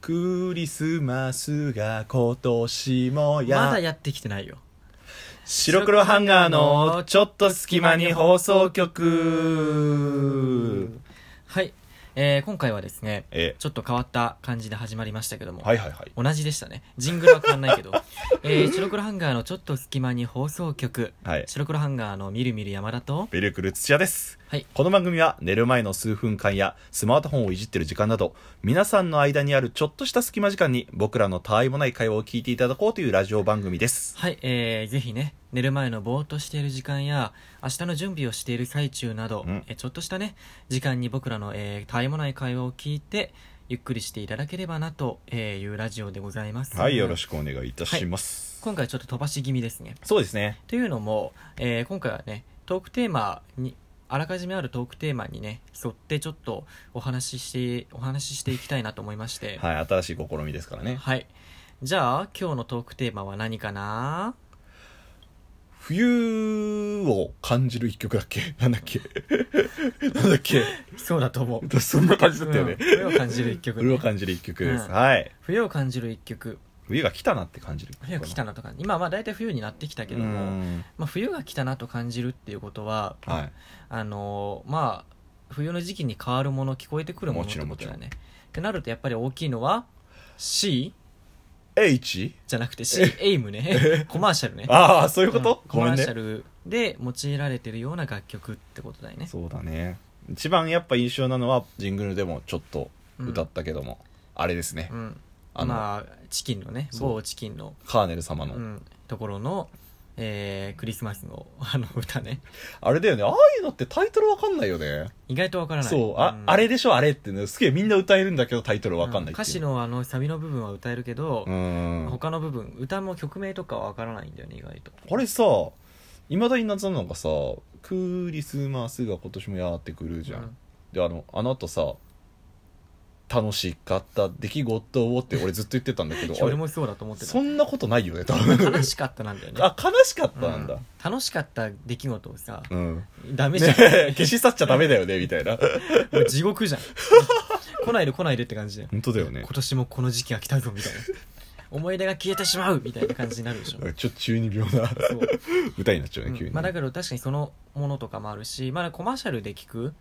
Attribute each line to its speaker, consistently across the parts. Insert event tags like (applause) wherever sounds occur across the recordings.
Speaker 1: クリスマスが今年もや
Speaker 2: まだやってきてないよ
Speaker 1: 白黒ハンガーのちょっと隙間に放送局
Speaker 2: はい、えー今回はですね
Speaker 1: え
Speaker 2: ちょっと変わった感じで始まりましたけども、
Speaker 1: はいはいはい
Speaker 2: 同じでしたねジングルは変わんな
Speaker 1: (laughs)
Speaker 2: いけど、えー白黒ハンガーのちょっと隙間に放送局
Speaker 1: はい
Speaker 2: 白黒ハンガーのみるみる山田と
Speaker 1: ベルクル土屋です
Speaker 2: はい
Speaker 1: この番組は寝る前の数分間やスマートフォンをいじってる時間など皆さんの間にあるちょっとした隙間時間に僕らのたわいもない会話を聞いていただこうというラジオ番組です
Speaker 2: はい、えーぜひね寝る前のぼーっとしている時間や明日の準備をしている最中など、
Speaker 1: うん
Speaker 2: えーちょっとしたね時間に僕らの、えー、たわいもない会話を聞いてゆっくりしていただければなとえーいうラジオでございますく
Speaker 1: しくお願いいたます、
Speaker 2: 今回ちょっと飛ばし気味ですね
Speaker 1: そうですね
Speaker 2: というのも、えー今回はねトークテーマにあらかじめあるトークテーマにね沿ってちょっとお話ししてお話ししていきたいなと思いまして
Speaker 1: はい新しい試みですからね
Speaker 2: はい、じゃあ今日のトークテーマは何かな
Speaker 1: 冬を感じる一曲だっけ (laughs) なんだっ
Speaker 2: (laughs)
Speaker 1: けなんだっけ
Speaker 2: そうだと思う
Speaker 1: そんな感じだったよね
Speaker 2: うん、冬を感じる一曲
Speaker 1: 冬を感じる一曲です、
Speaker 2: うん
Speaker 1: はい
Speaker 2: 冬を感じる一曲
Speaker 1: 冬が来たなって感じる
Speaker 2: 冬が来た
Speaker 1: な
Speaker 2: なとか今はまあ大体冬になってきたけども、まあ、冬が来たなと感じるっていうことは、
Speaker 1: はい
Speaker 2: あのーまあ冬の時期に変わるもの聞こえてくるもの
Speaker 1: も
Speaker 2: っ
Speaker 1: ち
Speaker 2: て
Speaker 1: ろん
Speaker 2: ことだよ
Speaker 1: も
Speaker 2: ねってなるとやっぱり大きいのは C
Speaker 1: H?
Speaker 2: じゃなくて C エイムねコマーシャルね
Speaker 1: ああそういうこと、
Speaker 2: うんコ
Speaker 1: ごめ
Speaker 2: マ
Speaker 1: ん
Speaker 2: ー
Speaker 1: ね
Speaker 2: シャルで用いられてるような楽曲ってことだよね
Speaker 1: そうだね一番やっぱ印象なのはジングルでもちょっと歌ったけども、あれですね、
Speaker 2: うん
Speaker 1: あの、
Speaker 2: まあチキンのね
Speaker 1: そう
Speaker 2: 某チキンの、
Speaker 1: カーネル様の、
Speaker 2: うん、ところの、えークリスマスのあの歌ね
Speaker 1: あれだよねああいうのってタイトルわかんないよね
Speaker 2: 意外とわからない
Speaker 1: そうあ,、
Speaker 2: ん
Speaker 1: あれでしょあれってねすげえみんな歌えるんだけどタイトルわかんないっていう、
Speaker 2: う歌詞のあのサビの部分は歌えるけど、
Speaker 1: うん
Speaker 2: 他の部分歌も曲名とかはわからないんだよね意外と
Speaker 1: あれさいまだに謎なのがさ「クリスマスが今年もやってくるじゃん」
Speaker 2: うん
Speaker 1: であのあの後さ「楽しかった出来事を」って (laughs) 俺ずっと言ってたんだけどあ
Speaker 2: 俺
Speaker 1: れ
Speaker 2: もそうだと思ってた
Speaker 1: そんなことないよね多分
Speaker 2: 悲しかったなんだよね
Speaker 1: (laughs) あ悲しかった
Speaker 2: うん
Speaker 1: なんだ
Speaker 2: 楽しかった出来事をさ
Speaker 1: うん、
Speaker 2: ダメ
Speaker 1: ね
Speaker 2: じゃん、
Speaker 1: え (laughs) 消し去っちゃダメだよねみたいな
Speaker 2: もう地獄じゃん (laughs) 来ないで来ないでって感じだよ
Speaker 1: 本当だよね
Speaker 2: 今年もこの時期が来たぞみた
Speaker 1: (laughs)
Speaker 2: いな思い出が消えてしまうみたいな感じになるでしょ
Speaker 1: ちょっと中二病な
Speaker 2: そう
Speaker 1: 歌になっちゃうね急
Speaker 2: う
Speaker 1: に、
Speaker 2: んまあ、だけど確かにそのものとかもあるし、まあ、コマーシャルで聞く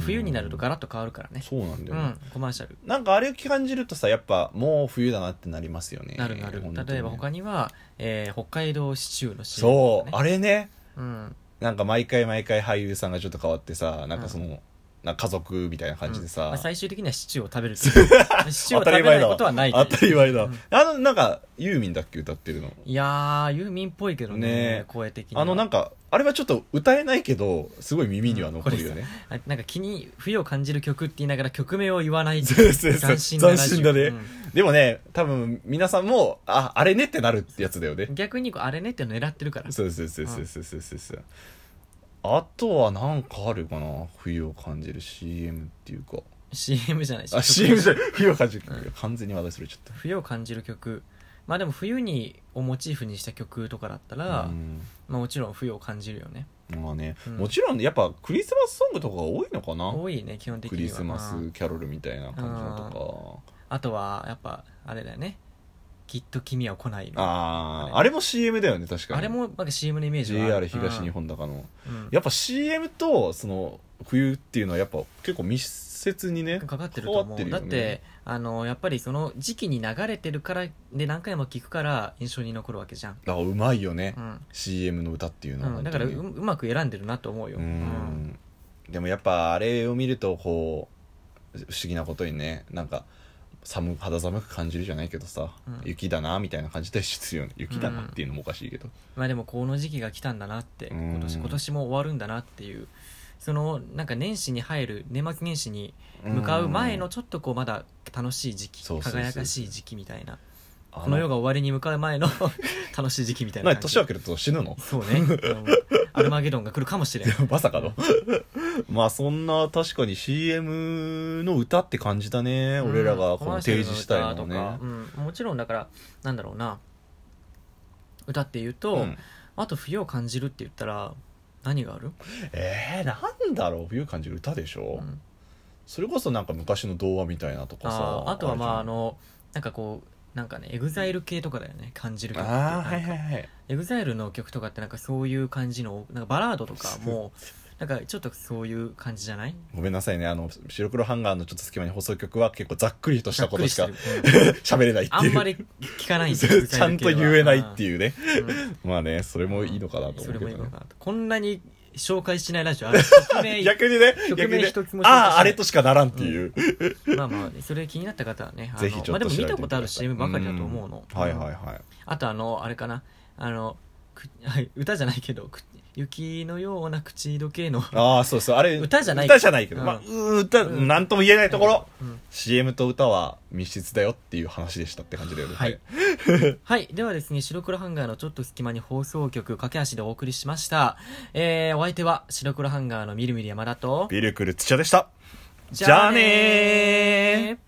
Speaker 2: 冬になるとガラッと変わるからね
Speaker 1: そうなんだ
Speaker 2: う
Speaker 1: よね、
Speaker 2: んコマーシャル
Speaker 1: なんかあれを感じるとさやっぱもう冬だなってなりますよね
Speaker 2: なるなる
Speaker 1: 本当に
Speaker 2: 例えば他には、えー北海道シチューのシーン
Speaker 1: そう
Speaker 2: とか
Speaker 1: あれね
Speaker 2: ねうん
Speaker 1: なんか毎回毎回俳優さんがちょっと変わってさなんかその、なんか家族みたいな感じでさ、
Speaker 2: まあ、最終的にはシチューを食べるっていう (laughs) シチューを食べないことはない
Speaker 1: 当たり前だ、
Speaker 2: うん
Speaker 1: あのなんかユーミンだっけ歌ってるの
Speaker 2: いやーユーミンっぽいけどね
Speaker 1: ねえ
Speaker 2: 声的には
Speaker 1: あのなんかあれはちょっと歌えないけどすごい耳には残るよね、
Speaker 2: あなんか気に冬を感じる曲って言いながら曲名を言わないっ
Speaker 1: (laughs)
Speaker 2: て
Speaker 1: そうそうそう
Speaker 2: 斬新なラジオ
Speaker 1: 斬新だね、
Speaker 2: うん
Speaker 1: でもね多分皆さんもああれねってなるってやつだよね
Speaker 2: 逆にこうあれねっていうの狙ってるから
Speaker 1: そうそうそうそうそうそうそうそうあとはなんかあるかな冬を感じる CM っていうか
Speaker 2: CM じゃないし
Speaker 1: あ
Speaker 2: 曲
Speaker 1: CM じゃない冬を感じる、完全に話題それちゃっ
Speaker 2: 冬を感じる曲まあでも冬にをモチーフにした曲とかだったら、
Speaker 1: たうん
Speaker 2: まあ、もちろん冬を感じるよね
Speaker 1: まあね、
Speaker 2: うん
Speaker 1: もちろんやっぱクリスマスソングとかが多いのかな
Speaker 2: 多いね基本的
Speaker 1: ク
Speaker 2: には
Speaker 1: リスマ
Speaker 2: ま
Speaker 1: スキャロルみたいな感じのとか
Speaker 2: ああとはやっぱあれだよね「きっと君は来ないの」
Speaker 1: ああー
Speaker 2: あ
Speaker 1: あれも CM だよね確かに
Speaker 2: あれもなんか CM のイメージはあ
Speaker 1: JR
Speaker 2: る
Speaker 1: 東日、本だかの、
Speaker 2: うんうん
Speaker 1: やっぱ CM とその冬っていうのはやっぱ結構密接にね
Speaker 2: かかってると
Speaker 1: 関わっ
Speaker 2: 思う、
Speaker 1: てるよ
Speaker 2: だ
Speaker 1: ね
Speaker 2: ってあのやっぱりその時期に流れてるからで何回も聞くから印象に残るわけじゃん、
Speaker 1: だからうまいよね、
Speaker 2: うん
Speaker 1: CM の歌っていうのは
Speaker 2: うん
Speaker 1: 本当
Speaker 2: だ
Speaker 1: に
Speaker 2: からううまく選んでるなと思うよ、
Speaker 1: う
Speaker 2: うん
Speaker 1: んでもやっぱあれを見るとこう不思議なことにねなんか寒肌寒く感じるじゃないけどさ、
Speaker 2: うん
Speaker 1: 雪だなみたいな感じたりするよね雪だなっていうのもおかしいけど、
Speaker 2: まあでもこの時期が来たんだなって
Speaker 1: うん
Speaker 2: 今年今年も終わるんだなっていうそのなんか年始に入る年末年始に向かう前のちょっとこうまだ楽しい時期
Speaker 1: そうそうそうそう
Speaker 2: 輝かしい時期みたいな
Speaker 1: あ
Speaker 2: この世が終わりに向かう前の (laughs) 楽しい時期みたいな
Speaker 1: 何
Speaker 2: 感じ
Speaker 1: 年明けると死ぬの (laughs)
Speaker 2: そうねうんアルマゲドンが来るかもしれん
Speaker 1: まさかの (laughs) まあそんな確かに CM の歌って感じだね、俺らがこの提示したいの
Speaker 2: コマーシャ
Speaker 1: ね
Speaker 2: ルの歌とかうんもちろんだからなんだろうな歌っていうと、
Speaker 1: うん
Speaker 2: あと冬を感じるって言ったら何がある、
Speaker 1: えー、なんだろう冬感じる歌でしょ、
Speaker 2: うん
Speaker 1: それこそなんか昔の童話みたいなとかさ
Speaker 2: あーあとはまああ
Speaker 1: れじゃん
Speaker 2: のなんかこうなんかねエグザイル系とかだよね感じる曲っていう
Speaker 1: ああ
Speaker 2: か
Speaker 1: はいはいはい
Speaker 2: エグザイルの曲とかってなんかそういう感じのなんかバラードとか
Speaker 1: (laughs)
Speaker 2: もなんかちょっとそういう感じじゃない
Speaker 1: ごめんなさいねあの白黒ハンガーのちょっと隙間に放送局は結構ざっくりとしたことし
Speaker 2: ざ
Speaker 1: か
Speaker 2: っくりしてる
Speaker 1: 喋れない (laughs) って
Speaker 2: あ
Speaker 1: いうん
Speaker 2: まり聞かないんです
Speaker 1: (laughs)
Speaker 2: よエグ
Speaker 1: ち
Speaker 2: ザ
Speaker 1: ゃ
Speaker 2: イル
Speaker 1: ん
Speaker 2: 系は
Speaker 1: と言えないっていうね
Speaker 2: うんうん
Speaker 1: まあねそ (laughs) れもいいのかなと思
Speaker 2: そ
Speaker 1: う
Speaker 2: れ
Speaker 1: け
Speaker 2: も
Speaker 1: ど
Speaker 2: いい
Speaker 1: ね
Speaker 2: のかなとこんなに紹介しないラジオある
Speaker 1: (laughs) 逆にね
Speaker 2: 曲
Speaker 1: 逆
Speaker 2: 名
Speaker 1: にね
Speaker 2: 一つも紹介しない
Speaker 1: あああれとしかならんっていう
Speaker 2: まあまあそれ気になった方はねあの
Speaker 1: ぜひちょ
Speaker 2: ま
Speaker 1: っ
Speaker 2: あ、で
Speaker 1: と
Speaker 2: も
Speaker 1: 調べてみてください
Speaker 2: 見たことある CM ばかりだと思うの
Speaker 1: はいはいはい
Speaker 2: あとあのあれかなあのく歌じゃないけどく雪のような口どけの
Speaker 1: ああそうそうあれ
Speaker 2: 歌じゃない
Speaker 1: 歌じゃないけど、
Speaker 2: うん
Speaker 1: まあうん歌
Speaker 2: うん
Speaker 1: なんとも言えないところ、
Speaker 2: うん
Speaker 1: CM と歌は密室だよっていう話でしたって感じだよね
Speaker 2: はいはい。ではですね、白黒ハンガーのちょっと隙間に放送局、駆け足でお送りしました。えー、お相手は、白黒ハンガーのみるみる山田と、
Speaker 1: ビルクル土屋でした
Speaker 2: じゃあねー